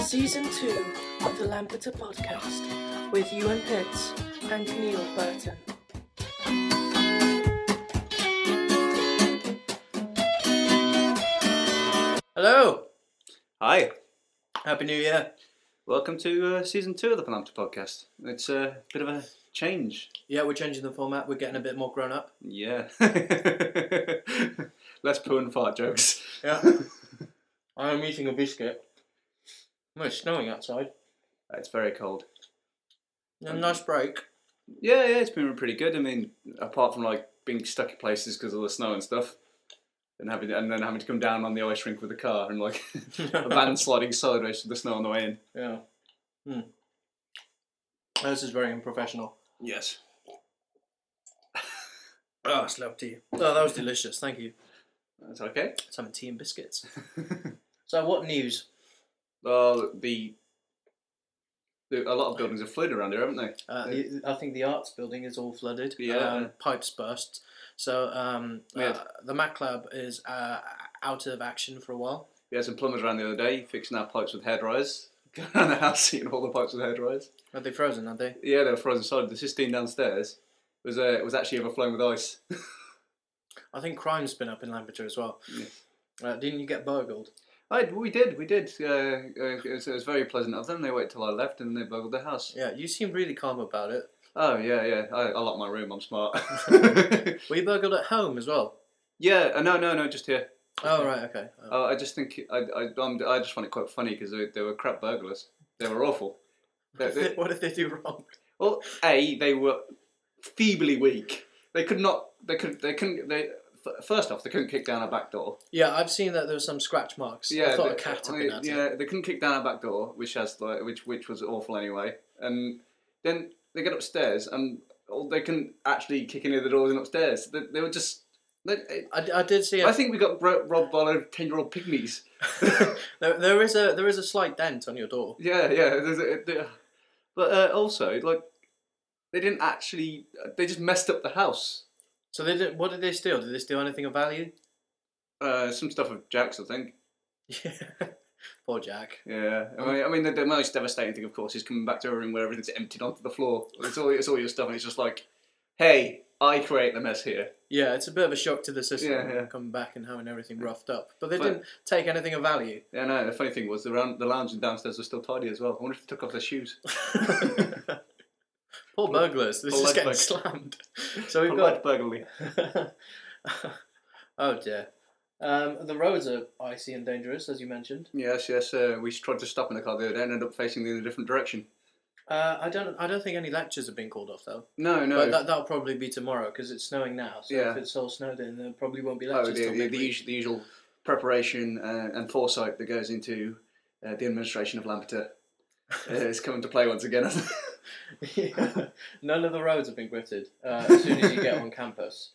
Season 2 of the Lampeter Podcast with Ewan Pitts and Neil Burton. Hello. Hi, Happy New Year. welcome to uh, season two of the Panamta podcast. It's a bit of a change. Yeah, we're changing the format. We're getting a bit more grown up. Yeah. Less poo and fart jokes. Yeah. I'm eating a biscuit. Well, it's snowing outside. It's very cold. A nice break. Yeah, yeah, it's been pretty good. I mean, apart from like being stuck in places because of the snow and stuff, and having and then having to come down on the ice rink with a car and like a van sliding sideways through the snow on the way in. Yeah. Hmm. This is very unprofessional. Yes. Oh, it's love tea. Oh, that was delicious. Thank you. That's okay. Some tea and biscuits. so, what news? Well, the, the a lot of buildings are flooded around here, haven't they? Uh, the, I think the arts building is all flooded. Yeah. Um, pipes burst. So, um, Weird. uh, the Mac Lab is uh, out of action for a while. We had some plumbers around the other day fixing our pipes with hair dryers. Going around the house seeing all the pipes with hair dryers. Are they frozen? Are they? Yeah, they were frozen solid. The cistine downstairs was uh, was actually overflowing with ice. I think crime's been up in Lampeter as well. Uh, didn't you get burgled? I, we did, we did. Uh, uh, it, was, it was very pleasant of them. They waited till I left and they burgled the house. Yeah, you seem really calm about it. Oh yeah, yeah. I, I locked my room. I'm smart. Were you burgled at home as well? yeah, uh, no, no, no. Just here. Oh right, okay. Oh. Uh, I just think I, I, I'm, I just find it quite funny because they, they were crap burglars. They were awful. They- Uh, they- what did they do wrong? Well, a they were feebly weak. They could not. They could. They couldn't. They f- first off, they couldn't kick down our back door. Yeah, I've seen that there were some scratch marks. I thought they- a cat had I- been at it. oh, yeah. They couldn't kick down our back door, which has like, which which was awful anyway. And then they get upstairs, and all- they can actually kick any of the doors in upstairs. They, they were just. They, I, I did see. I A, think we got ro- robbed by a load of ten-year-old pygmies. there, there is a there is a slight dent on your door. Yeah, yeah. There's a, there- but uh, also, like, they didn't actually. They just messed up the house. So they did. What did they steal? Did they steal anything of value? Uh, some stuff of Jack's, I think. Yeah. Poor Jack. Yeah, I mean, I mean the, the most devastating thing, of course, is coming back to a room where everything's emptied onto the floor. It's all it's all your stuff, and it's just like, hey, I create the mess here. Yeah, it's a bit of a shock to the system Yeah, yeah. coming back and having everything roughed up. But they But- didn't take anything of value. Yeah, no. The funny thing was the round, the lounge and downstairs was still tidy as well. I wonder if they took off their shoes. Poor burglars. This Poor is lead getting burg- slammed. So we've Polite got. burglary. oh dear. Um, the roads are icy and dangerous, as you mentioned. Yes, yes. Uh, we tried to stop in the car the other day and ended up facing in a different direction. Uh, I don't. I don't think any lectures have been called off though. No, no. But that that'll probably be tomorrow because it's snowing now. So Yeah. if it's all snowed in, there probably won't be oh, lectures. the, till the, the, midweek. usual, the usual preparation uh, and foresight that goes into uh, the administration of Lampeter uh, is coming to play once again. None of the roads have been gritted uh, as soon as you get on campus.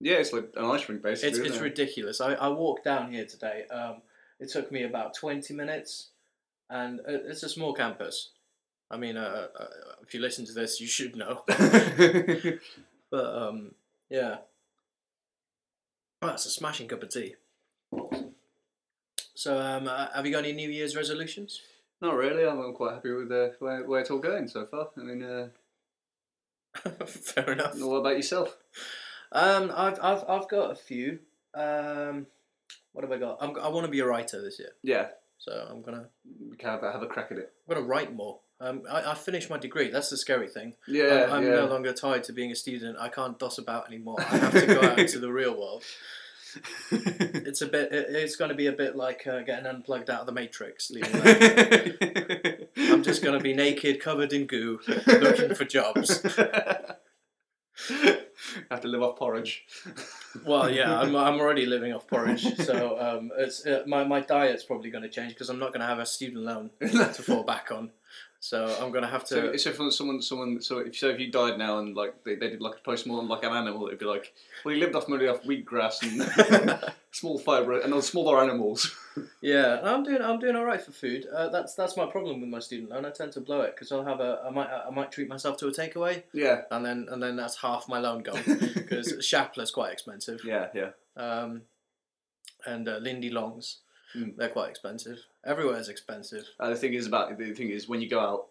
yeah, it's like an ice rink basically. It's isn't it's it? ridiculous. I, I walked down here today. Um, it took me about twenty minutes, and uh, it's a small campus. I mean, uh, uh, if you listen to this, you should know. but um, yeah, well, that's a smashing cup of tea. So, um, uh, have you got any New Year's resolutions? Not really. I'm, I'm quite happy with uh, where, where it's all going so far. I mean, uh, Fair enough. what about yourself? Um, I've I've I've got a few. Um, what have I got? I'm, I want to be a writer this year, Yeah, so I'm gonna we can have, a- have a crack at it. I'm gonna write more. Um, I, I finished my degree. That's the scary thing. Yeah, I'm, I'm yeah. no longer tied to being a student. I can't doss about anymore. I have to go out into the real world. It's a bit. It, it's going to be a bit like uh, getting unplugged out of the matrix. leaving that. I'm just going to be naked, covered in goo, looking for jobs. have to live off porridge. Well, yeah, I'm, I'm already living off porridge, so um, it's uh, my my diet's probably going to change because I'm not going to have a student loan to fall back on. So I'm going to have to. So, so if someone, someone, so if so, if you died now and like they, they did like a post mortem like an animal, it'd be like, well, you lived off mostly off wheatgrass and small fibre and those smaller animals. Yeah, and I'm doing I'm doing all right for food. Uh, that's that's my problem with my student loan. I tend to blow it because I'll have a I might I might treat myself to a takeaway, yeah, and then and then that's half my loan gone because Shapler's quite expensive. yeah, yeah. Um, and uh, Lindy Longs. Mm. They're quite expensive. Everywhere's expensive. Uh, the thing is about the thing is when you go out,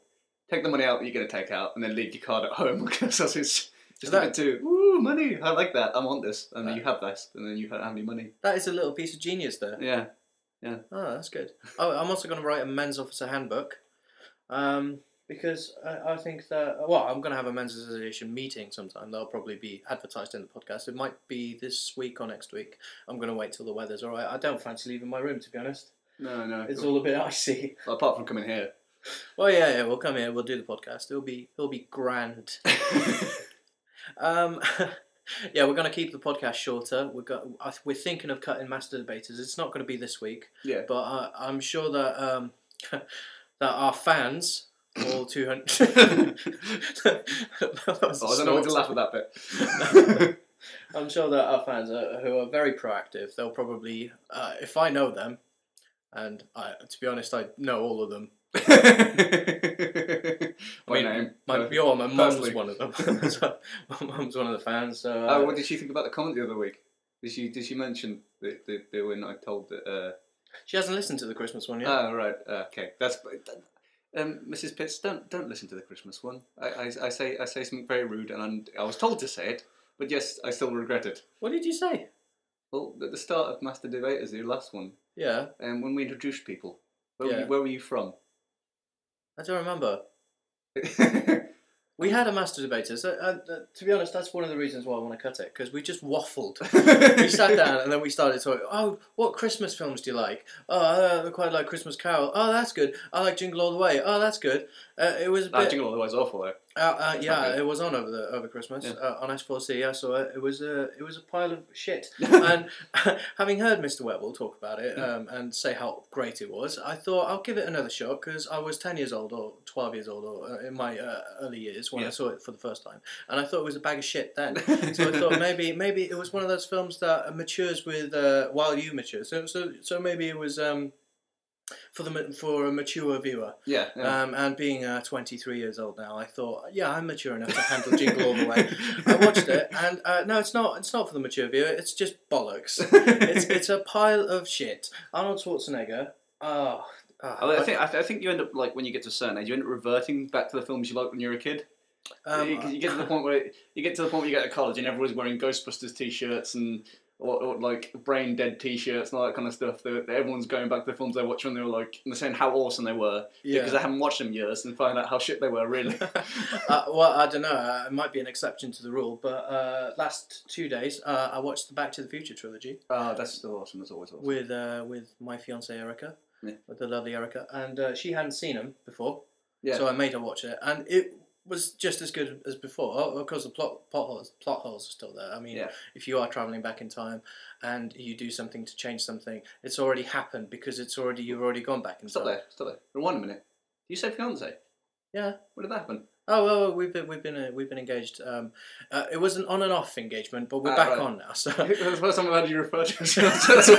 take the money out that you're gonna take out, and then leave your card at home because that's it's just That- that too. Ooh, money! I like that. I want this, and then Uh, you have this, and then you have how many money? That is a little piece of genius there. Yeah, Oh, that's good. Oh, I'm also going to write a men's officer handbook, um, because I, I think that well, I'm going to have a men's association meeting sometime. That'll probably be advertised in the podcast. It might be this week or next week. I'm going to wait till the weather's all right. I don't fancy leaving my room to be honest. no, no. It's cool. all a bit icy. Well, apart from coming here, Well, yeah, yeah, we'll come here. We'll do the podcast. It'll be it'll be grand. Um, yeah, we're going to keep the podcast shorter. We're got I th- we're thinking of cutting master debaters. It's not going to be this week. yeah. but I, I'm sure that um, that our fans, all 200. That was a Oh, I don't know whether to snort. laugh at that bit. I'm sure that our fans are, who are very proactive, they'll probably, uh, if I know them, and I, to be honest, I know all of them. My mean, name. My, Uh, your, my mum's personally. one of them. so, my mum's one of the fans. So, uh, Oh, what did she think about the comment the other week? Did she did she mention that, that, that when I told that? Uh, she hasn't listened to the Christmas one yet. Oh right, uh, okay. That's um, Mrs. Pitts. Don't don't listen to the Christmas one. I, I, I say I say something very rude, and I'm, I was told to say it, but yes, I still regret it. what did you say? Well, at the start of Master Debaters, your last one, Yeah, um, when we introduced people, where, were, Yeah. you, where were you from? I don't remember. yeah, We uh, had a master debater. So, uh, uh, to be honest, that's one of the reasons why I want to cut it because we just waffled. we sat down and then we started talking. Oh, what Christmas films do you like? Oh, uh, I quite like Christmas Carol. Oh, that's good. I like Jingle All the Way. Oh, that's good. Uh, it was a Ah, bit. Jingle All the Way's awful though. uh, uh, It's not yeah, good. it was on over the over Christmas Yeah. uh, on S4C. I saw uh, it. It was a it was a pile of shit. and having heard Mr. Webble talk about it um, and say how great it was, I thought I'll give it another shot because I was ten years old or twelve years old or uh, in my uh, early years when I Yeah. saw it for the first time, and I thought it was a bag of shit then. So I thought maybe maybe it was one of those films that matures with uh, while you mature. So so so maybe it was um, for the ma- for a mature viewer. yeah, yeah. Um, and being uh, 23 years old now, I thought, yeah, I'm mature enough to handle uh, Jingle All the Way. I watched it, and uh, no, it's not. It's not for the mature viewer. It's just bollocks. It's it's a pile of shit. Arnold Schwarzenegger. Oh, ah, I think I, th- I think you end up like when you get to a certain age, you end up reverting back to the films you liked when you were a kid. um, you, you get to the point where you get to the point where you go to college and everyone's wearing Ghostbusters t-shirts and or, or like brain dead t-shirts and all that kind of stuff. They, they- everyone's going back to the films they watched when they were like and they're saying how awesome they were Yeah. because they haven't watched them in years and find out how shit they were really. uh, well, I don't know. Uh, it might be an exception to the rule, but uh, last two days uh, I watched the Back to the Future trilogy Ah, that's still awesome. That's always awesome. with uh, with my fiance Erica, Yeah. with the lovely Erica, and uh, she hadn't seen them before, Yeah. so I made her watch it, and it was just as good as before. Oh, of course, the plot plot holes plot holes are still there. I mean, Yeah. if you are traveling back in time and you do something to change something, it's already happened because it's already you've already gone back in Stop time. there. Stop there. Rewind a minute. You said fiance. Yeah. What did that happen? Oh well, well, we've been we've been uh, we've been engaged. Um, uh, it was an on and off engagement, but we're Ah, back right. on now. So That's the first time I've had you refer to yourself.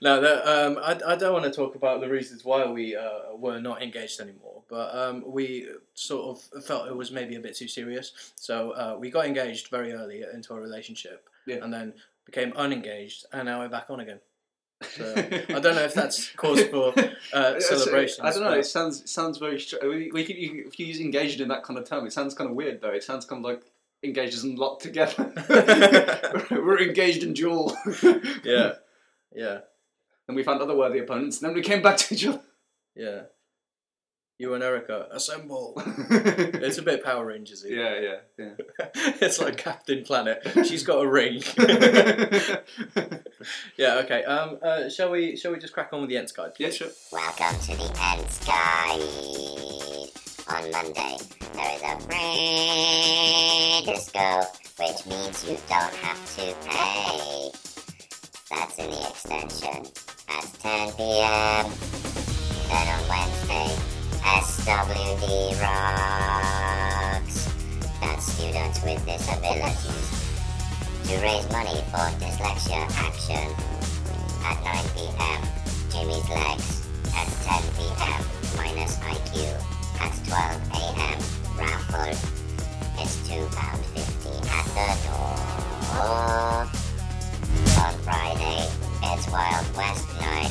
no, that, um, I, I don't want to talk about the reasons why we uh, were not engaged anymore, but um, we sort of felt it was maybe a bit too serious, so uh, we got engaged very early into our relationship, Yeah. and then became unengaged, and now we're back on again. So I don't know if that's cause for uh, It's- celebrations. I don't know. but- It sounds it sounds very. Str- we, we, keep- you- if you use engaged in that kind of term, it sounds kind of weird though. It sounds kind of like engaged and locked together. We're engaged in duel. Yeah, yeah, Then we found other worthy opponents. And then we came back to each other. yeah. You and Erica assemble. It's it's a bit Power Rangersy. yeah, yeah, yeah. it's like Captain Planet. She's got a ring. yeah. Okay. Um. Uh, shall we? Shall we just crack on with the Ents guide? yeah, sure. Welcome to the Ants Guide. On Monday, there is a free disco, which means you don't have to pay. That's in the extension at 10 p.m. Then on Wednesday, SWD Rocks. That's students with disabilities. To raise money for dyslexia action at 9 p.m. Jimmy's legs at 10 p.m. minus IQ at 12 a.m. Raffle is £2.50 at the door. On Friday, it's Wild West night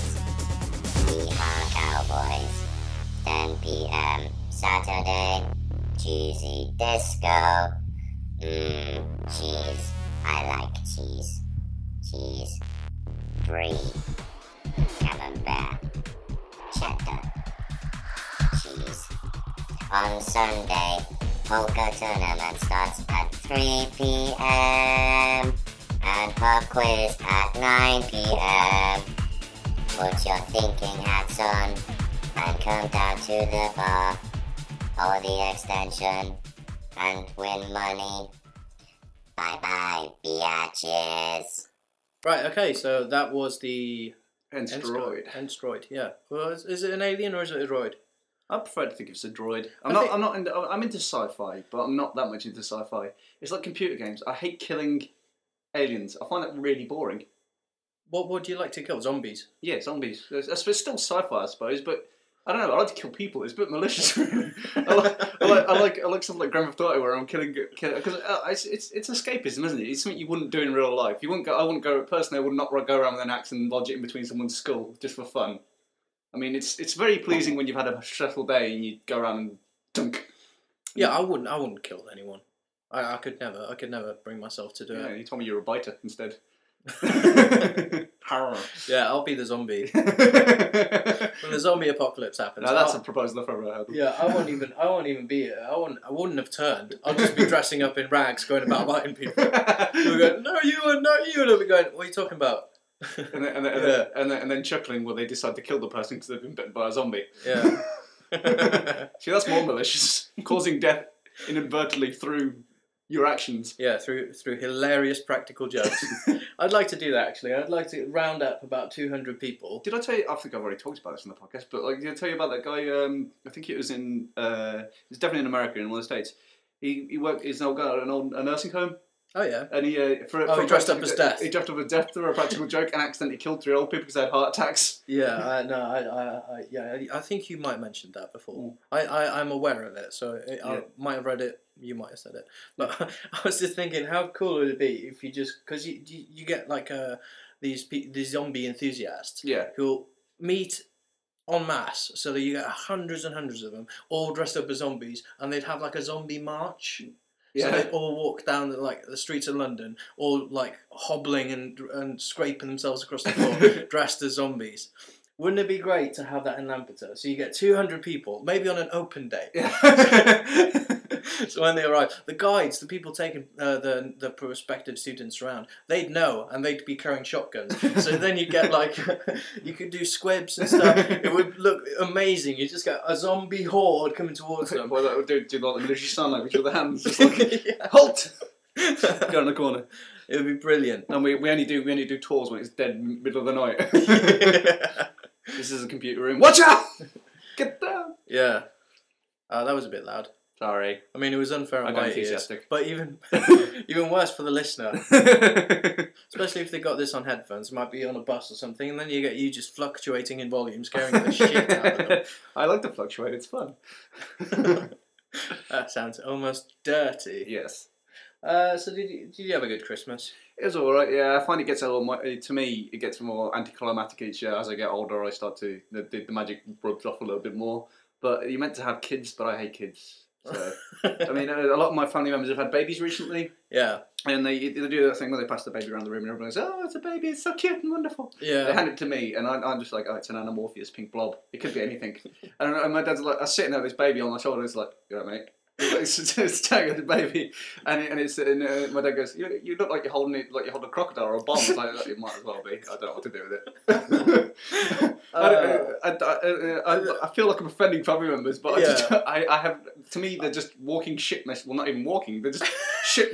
10 p.m. Saturday, cheesy disco. Mmm, cheese. I like cheese. Cheese. Brie. Camembert. Cheddar. Cheese. On Sunday, polka tournament starts at 3 p.m. and pub quiz at 9 p.m. Put your thinking hats on and come down to the bar or the extension and win money. Bye bye, biatches. Right. Okay. So that was the Hence droid. Enstroid. Yeah. Well, is, is it an alien or is it a droid? I prefer to think it's a droid. I'm I not. think- I'm not. Into, I'm into sci-fi, but I'm not that much into sci-fi. It's like computer games. I hate killing aliens. I find that really boring. What What do you like to kill? Zombies. Yeah, zombies. It's, it's still sci-fi, I suppose, but I don't know. I like to kill people. It's a bit malicious. Really. I, like, I like. I like. I like something like Grand Theft Auto where I'm killing. Because uh, it's, it's it's escapism, isn't it? It's something you wouldn't do in real life. You wouldn't go. I wouldn't go. Personally, I would not go around with an axe and lodge it in between someone's skull just for fun. I mean, it's it's very pleasing when you've had a stressful day and you go around and dunk. Yeah. Mm. I wouldn't. I wouldn't kill anyone. I, I could never. I could never bring myself to do Yeah, it. you told me you were a biter instead. Yeah. I'll be the zombie now when the zombie apocalypse happens. that's a I'll- proposal I've ever heard. yeah, I won't even. I won't even be. I won't. I wouldn't have turned. I'll just be dressing up in rags, going about biting people. They'll go, no, you are not you. And I'll be going. What are you talking about? and, then, and, then, Yeah. and, then, and then chuckling when they decide to kill the person because they've been bitten by a zombie. Yeah. See, that's more malicious. Causing death inadvertently through your actions. Yeah, through through hilarious practical jokes. I'd like to do that actually. I'd like to round up about two hundred people. Did I tell you? I think I've already talked about this in the podcast, but like, did I tell you about that guy? Um, I think it was in. Uh, it's definitely in America, in one of the states. He, he worked. He's now got an old a nursing home, Oh yeah. and he uh, for, Oh, for he dressed up practical- as death. He dressed up as death for a practical joke, and accidentally killed three old people because they had heart attacks. Yeah, I, no, I, I, I, yeah, I- I think you might mentioned that before. Mm. I, I, I'm aware of it, so I, I Yeah. might have read it. You might have said it, but I was just thinking, how cool would it be if you just because you, you you get like uh these pe- these zombie enthusiasts Yeah, who'll meet en masse, so that you get hundreds and hundreds of them all dressed up as zombies, and they'd have like a zombie march. So yeah. they all walk down the, like the streets of London, all like hobbling and and scraping themselves across the floor, dressed as zombies. Wouldn't it be great to have that in Lampeter? So you get two hundred people, maybe on an open day. So when they arrive, the guides, the people taking uh, the the prospective students around, they'd know and they'd be carrying shotguns. So then you get like you could do squibs and stuff. It would look amazing. You just get a zombie horde coming towards them. Well, that would do, do like the military sign language with the hands, just like Yeah. halt, go in the corner. It would be brilliant. And we, we only do we only do tours when it's dead m- middle of the night. this is a computer room. Watch out! Get down. Yeah. Uh, that was a bit loud. Sorry. I mean, it was unfair I on got my ears. enthusiastic. But even even worse for the listener, especially if they got this on headphones, might be on a bus or something, and then you get you just fluctuating in volumes, carrying the shit out of them. I like to fluctuate. It's fun. That sounds almost dirty. yes. Uh, so did you, did you have a good Christmas? It was all right. Yeah, I find it gets a little. mo- uh, To me, it gets more anticlimactic each year. As I get older, I start to the, the, the magic rubs off a little bit more. But you meant to have kids, but I hate kids. So I mean, uh, a lot of my family members have had babies recently, yeah, and they, they do that thing where they pass the baby around the room, and everyone goes, "Oh, it's a baby! It's so cute and wonderful." They yeah. hand it to me, and I, I'm just like, oh, it's an anamorphous pink blob. It could be anything. and, and my dad's like, I'm sitting there with this baby on my shoulder. It's like, you know, mate. It's, it's, it's staring at the baby, and it, and it's and, uh, my dad goes, you, you look like you're holding it, like you hold a crocodile or a bomb. It's like it might as well be. I don't know what to do with it. Uh, I, don't- I, I, I, I feel like I'm offending family members, but I, just, I, I have to me they're just walking shit machines. Well, not even walking. They're just shit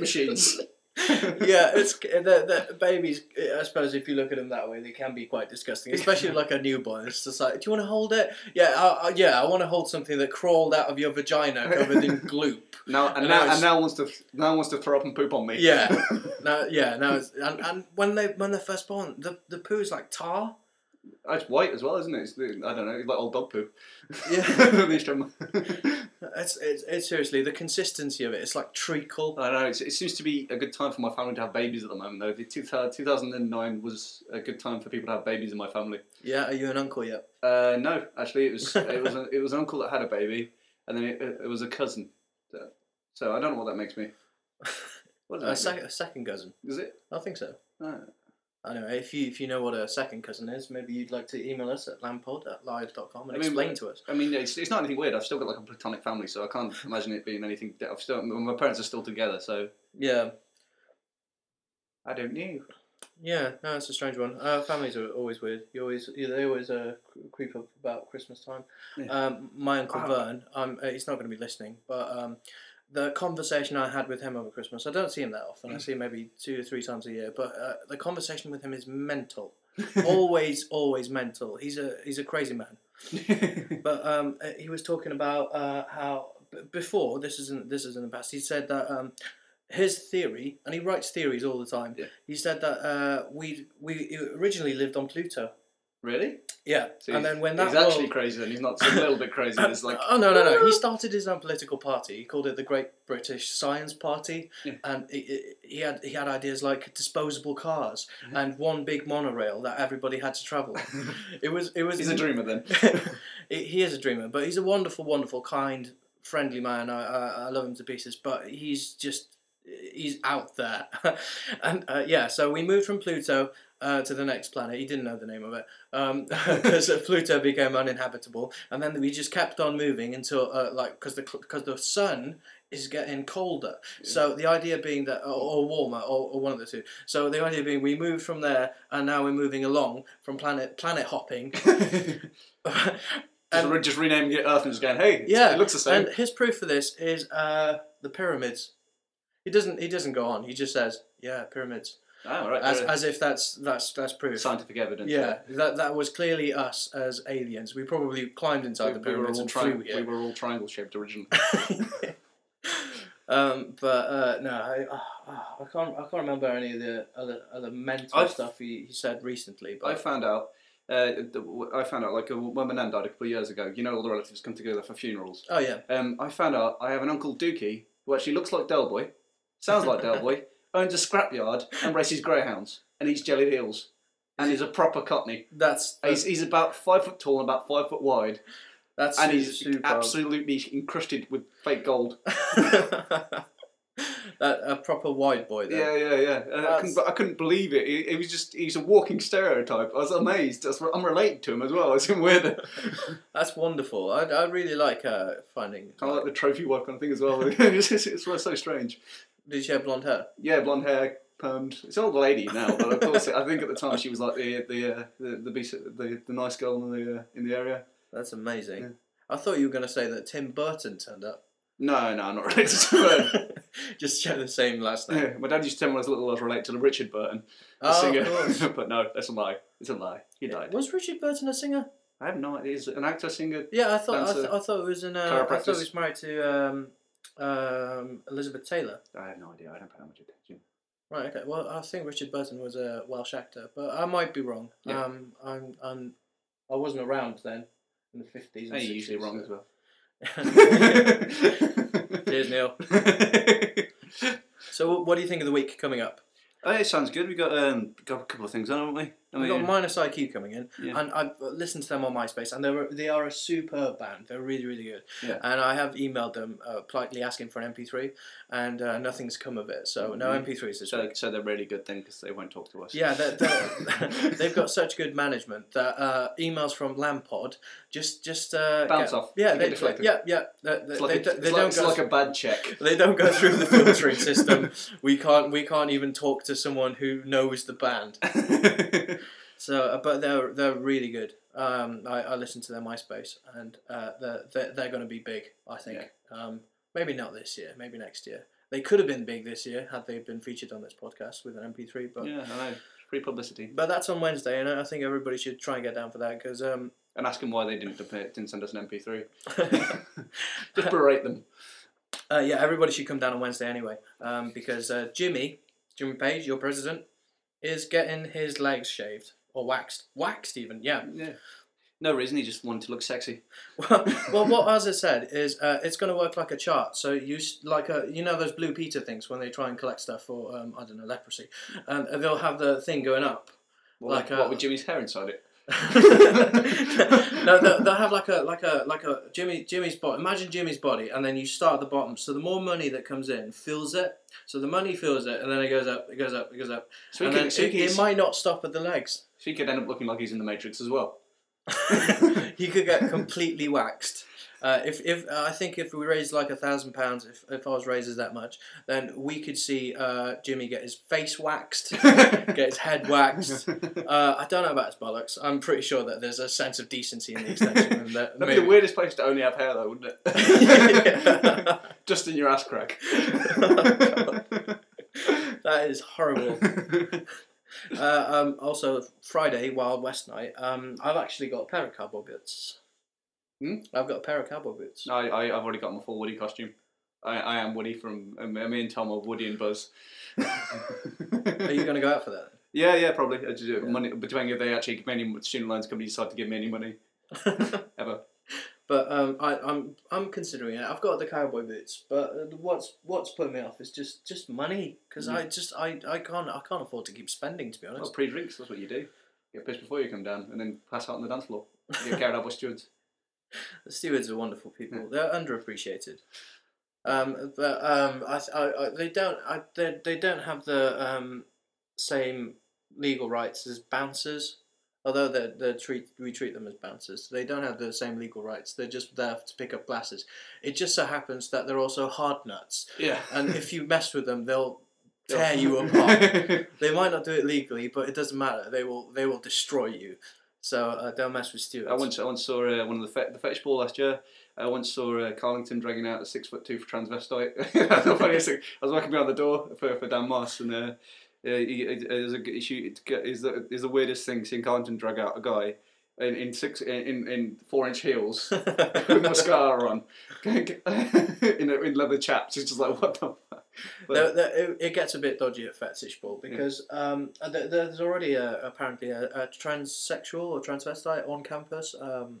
machines. yeah, it's the, the babies. I suppose if you look at them that way, they can be quite disgusting, especially like a newborn. It's just like, do you want to hold it? Yeah, I, I, yeah, I want to hold something that crawled out of your vagina covered in gloop. Now and, And now now, it's- and now wants to now wants to throw up and poop on me. Yeah, now, yeah, now it's and, and when they when they're first born, the the poo is like tar. It's white as well, isn't it? It's the, I don't know, it's like old dog poo. Yeah. The Australian- It's, it's, it's seriously the consistency of it. It's like treacle. I don't know. It's, it seems to be a good time for my family to have babies at the moment, though. The two, 2009 was a good time for people to have babies in my family. Yeah, are you an uncle yet? Uh, no, actually, it was it was a, it was an uncle that had a baby, and then it, it was a cousin. So, so I don't know what that makes me. What A, does that sec- a second cousin? make me? Is it? Uh, I think so. No. Anyway, if you if you know what a second cousin is, maybe you'd like to email us at lampod at live.com and I mean, explain but- to us. I mean, it's, it's not anything weird. I've still got like a platonic family, so I can't imagine it being anything. that I've still my parents are still together, so Yeah, I don't know. yeah, no, it's a strange one. Uh, families are always weird. You always you- they always uh, cr- creep up about Christmas time. Yeah. Um, my uncle Ah. Vern, um, uh, he's not going to be listening, but um, the conversation I had with him over Christmas, I don't see him that often. I Mm. see him maybe two or three times a year, but uh, the conversation with him is mental. always, always mental. He's a he's a crazy man. But um, uh, he was talking about uh, how b- before this isn't this is in the past. He said that um, his theory, and he writes theories all the time. Yeah. He said that uh, we we originally lived on Pluto. really? Yeah, So and he's- then when that he's actually world- crazy, then he's not he's a little bit crazy. There's like oh no no no! He started his own political party. He called it the Great British Science Party, Yeah. and he- he he had he had ideas like disposable cars Mm-hmm. and one big monorail that everybody had to travel. on. it was it was he's a dreamer then. he he is a dreamer, but he's a wonderful, wonderful, kind, friendly man. I, I, I love him to pieces, but he's just he's out there, and uh, yeah. So we moved from Pluto. Uh, to the next planet, he didn't know the name of it because Pluto became uninhabitable, and then we just kept on moving until uh, like because the because the sun is getting colder. So the idea being that or, or warmer or, or one of the two. So the idea being we moved from there, and now we're moving along from planet planet hopping Just, re- just renaming it Earth and just going, hey, it's- yeah, it looks the same. And his proof for this is uh, the pyramids. He doesn't. He doesn't go on. He just says, "Yeah, pyramids," Ah, right, as, uh, as if that's that's that's proof. scientific evidence. Yeah, that that was clearly us as aliens. We probably climbed inside We, the we were pyramids all and tri- flew we here. were all triangle shaped originally. um, but uh, no, I, ah, I can't. I can't remember any of the other, other mental I've- stuff he, he said recently. I But found out. Uh, the- I found out like when my nan died a couple of years ago. You know, all the relatives come together for funerals. oh yeah, Um, I found out I have an uncle Dookie who actually looks like Del Boy, sounds like Del Boy, owns a scrapyard and races greyhounds and eats jellied eels, and he's a proper cockney. that's He's, that's, he's about five foot tall and about five foot wide, that's and he's super. absolutely encrusted with fake gold. that a proper wide boy. There. Yeah, yeah, yeah. And I, couldn't, That's- I couldn't believe it. It, it was just—he's a walking stereotype. I was amazed. That's- I'm related to him as well. It's even weirder. That's wonderful. I, I really like uh, finding. Kind of like the trophy wife kind of thing as well. it's, it's, it's so strange. Did she have blonde hair? Yeah, blonde hair, permed. It's an old lady now, but of course, I think at the time she was like the the uh, the the, beast, the the nice girl in the uh, in the area. That's amazing. Yeah. I thought you were going to say that Tim Burton turned up. No, no, not related to her. Just share the same last name. Yeah, My dad used to tell me when I was little I was related to Richard Burton, the Oh, singer. of course. but no, that's a lie. It's a lie. He died. Was Richard Burton a singer? I have no idea. He's an actor, singer. Yeah, I thought I, Dancer. th- I thought it was an. Uh, I thought he Chiropractor. was married to um, um, Elizabeth Taylor. I have no idea. I don't pay that much attention. Right. Okay. Well, I think Richard Burton was a Welsh actor, but I might be wrong. Yeah. Um, I'm, I'm. I wasn't around then in the fifties. You're usually wrong as Cheers, well. Neil. So, what do you think of the week coming up? Oh, it sounds good. We got um got a couple of things on, haven't we? I We've mean, got Minus IQ coming in, Oh, Yeah. and I've listened to them on MySpace, and they're they are a superb band. They're really really good. Yeah. And I have emailed them uh, politely asking for an MP3, and uh, nothing's come of it. So no Mhm. MP3s this so, week. so they're really good then because they won't talk to us. Yeah, they're, they're, they've got such good management that uh, emails from Lampod just just uh, Bounce get- off. Yeah, They they, get deflected. yeah, yeah. They, they, It's like, they a, don't- it's they like, don't it's go like a bad check. they don't go through the filtering system. We can't we can't even talk to someone who knows the band. So, uh, but they're they're really good. Um, I, I listen to their MySpace, and uh, they're they're, they're going to be big. I think. Um, maybe not this year. Maybe next year. They could have been big this year had they been featured on this podcast with an MP3. But yeah, I know. Free publicity. but that's on Wednesday, and I think everybody should try and get down for that because um, And ask them why they didn't didn't send us an MP3. Just berate them. uh, yeah, everybody should come down on Wednesday anyway. Um, because uh, Jimmy Jimmy Page, your president, is getting his legs shaved. or waxed, waxed even. Yeah. Yeah. No reason. He just wanted to look sexy. well, well, what Ozzy said is uh, it's going to work like a chart. So you s- like a, you know those Blue Peter things when they try and collect stuff for um, I don't know leprosy, Um, and they'll have the thing going up. Well, Like, like, uh, what with Jimmy's hair inside it? no, they'll, they'll have like a like a like a Jimmy Jimmy's body. Imagine Jimmy's body, and then you start at the bottom. So the more money that comes in fills it. So the money fills it, and then it goes up, it goes up, it goes up. So he and could, then so he it, could, it might not stop at the legs. so he could end up looking like he's in the Matrix as well. he could get completely waxed. Uh, if if uh, I think if we raised like a thousand pounds, if if ours raises that much, then we could see uh, Jimmy get his face waxed, get his head waxed. Uh, I don't know about his bollocks. I'm pretty sure that there's a sense of decency in the extension room. That That'd be the maybe- weirdest place to only have hair, though, wouldn't it? Yeah. Just in your ass crack. that is horrible. Uh, um, also, Friday, Wild West night, um, I've actually got a pair of cowboy boots. Hmm? I've got a pair of cowboy boots. I, I, I've already got my full Woody costume. I, I am Woody from. Um, me and Tom are Woody and Buzz. Are you going to go out for that? Yeah, yeah, probably. I just, uh, Money, but depending if they actually give me any student loans company decide to give me any money ever. But um, I, I'm I'm considering it. I've got the cowboy boots, but uh, what's what's put me off is just just money because I just I, I can't I can't afford to keep spending to be Well, honest. pre-drinks, that's what you do. Get pissed before you come down, and then pass out on the dance floor. Get carried out by stewards. The stewards are wonderful people. They're underappreciated. Um, but um, I, I, I they don't I they, they don't have the um, same legal rights as bouncers. Although they they treat we treat them as bouncers, they don't have the same legal rights. They're just there to pick up glasses. It just so happens that they're also hard nuts. Yeah, and if you mess with them, they'll tear you apart. They might not do it legally, but it doesn't matter. They will they will destroy you. So uh, don't mess with stewards. I once I once saw uh, one of the fe- the fetch ball last year. I once saw uh, Carlington dragging out a six foot two for transvestite. That's the funniest thing. I was working behind the door for, for Dan Moss, and uh, uh, he, he- there's a g- issue. Is the is the weirdest thing seeing Carlington drag out a guy in, in six in, in four inch heels with mascara on, in, a, in leather chaps. It's just like what the. Fuck? The- the- it, it gets a bit dodgy at Fetish Ball Hmm. because um, uh, there, there's already a, apparently a, a transsexual or transvestite on campus. Um,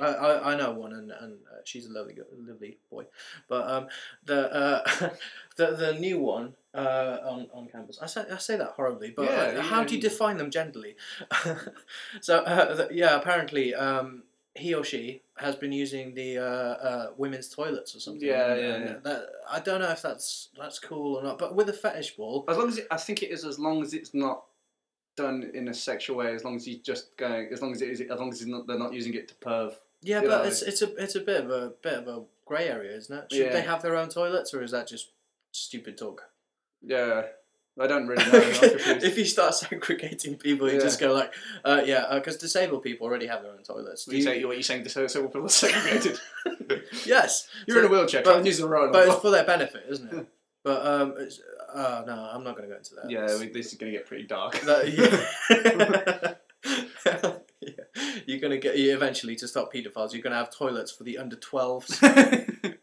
I, I, I know one, and, and uh, she's a lovely, go- lovely boy. But um, the, uh, the the new one uh, on on campus. I say I say that horribly, but Yeah, uh, you how know, do you you- define them genderly? so uh, the, yeah, apparently um, he or she has been using the uh, uh, women's toilets or something. Yeah, And, yeah, and yeah. That, I don't know if that's that's cool or not, but with a fetish ball, As long as it, I think it is, as long as it's not done in a sexual way, as long as you just going, as long as it is, as long as it's not, they're not using it to perv. yeah, You but know, it's it's a it's a bit of a bit of a grey area, isn't it? Should Yeah. they have their own toilets, or is that just stupid talk? Yeah, I don't really know. I'm confused. if you start segregating people, you Yeah. just go like, uh, yeah, because disabled people already have their own toilets. Do you say, what you're saying to so people are segregated. yes, You're in a wheelchair. but- But, use the road. but it's for their benefit, isn't it? But um, it's, uh, no, I'm not going to go into that. yeah, It's- we, this is gonna get pretty dark. That- yeah. You're gonna get you eventually to stop paedophiles. You're gonna have toilets for the under 12s,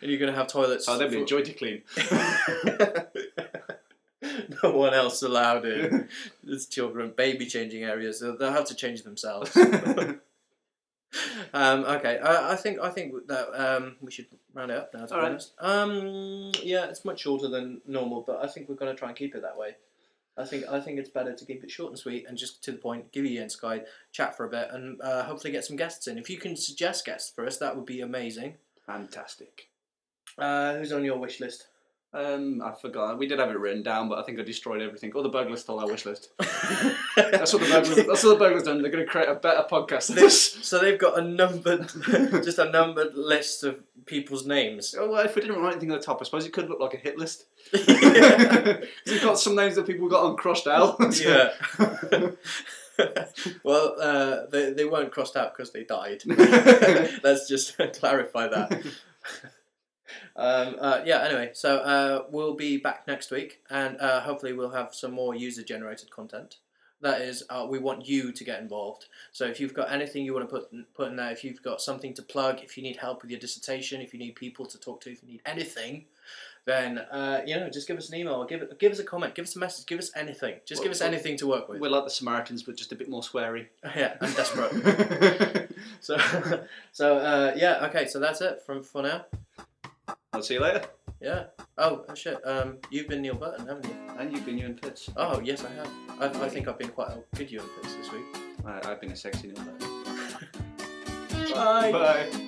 and you're gonna have toilets. oh, they'll be for- a joy to clean. no one else allowed in. There's children, baby changing areas. They'll, they'll have to change themselves. um, okay, I, I think I think that um, we should round it up now. To All be right. honest, um, yeah, it's much shorter than normal, but I think we're gonna try and keep it that way. I think I think it's better to keep it short and sweet and just to the point. Give you Jens guide, chat for a bit, and uh, hopefully get some guests in. If you can suggest guests for us, that would be amazing. Fantastic. Uh, who's on your wish list? Um, I forgot. We did have it written down, but I think I destroyed everything. All the burglars stole our wish list. That's what the burglars. That's what the burglars done. They're going to create a better podcast. than This. So they've got a numbered, just a numbered list of people's names. Oh, well, if we didn't write anything on the top, I suppose it could look like a hit list. yeah. We've got some names that people got on crossed out. well, uh, they, they weren't crossed out because they died. Let's just clarify that. Um, uh, yeah, anyway, so uh, we'll be back next week and uh, hopefully we'll have some more user generated content. That is, uh, we want you to get involved. So if you've got anything you want to put put in there, if you've got something to plug, if you need help with your dissertation, if you need people to talk to, if you need anything, then uh, you know, just give us an email, give give us a comment, give us a message, give us anything. Just give us Well, anything to work with. We're like the Samaritans, but just a bit more sweary. yeah, I'm desperate. so, so uh, yeah, okay. So that's it from for now. I'll see you later. Yeah. Oh shit. Um, you've been Neil Burton, haven't you? And you've been you and Pitts. Oh yes, I have. I, I think I've been quite a good you in this week. I, I've been a sexy number. Bye. Bye.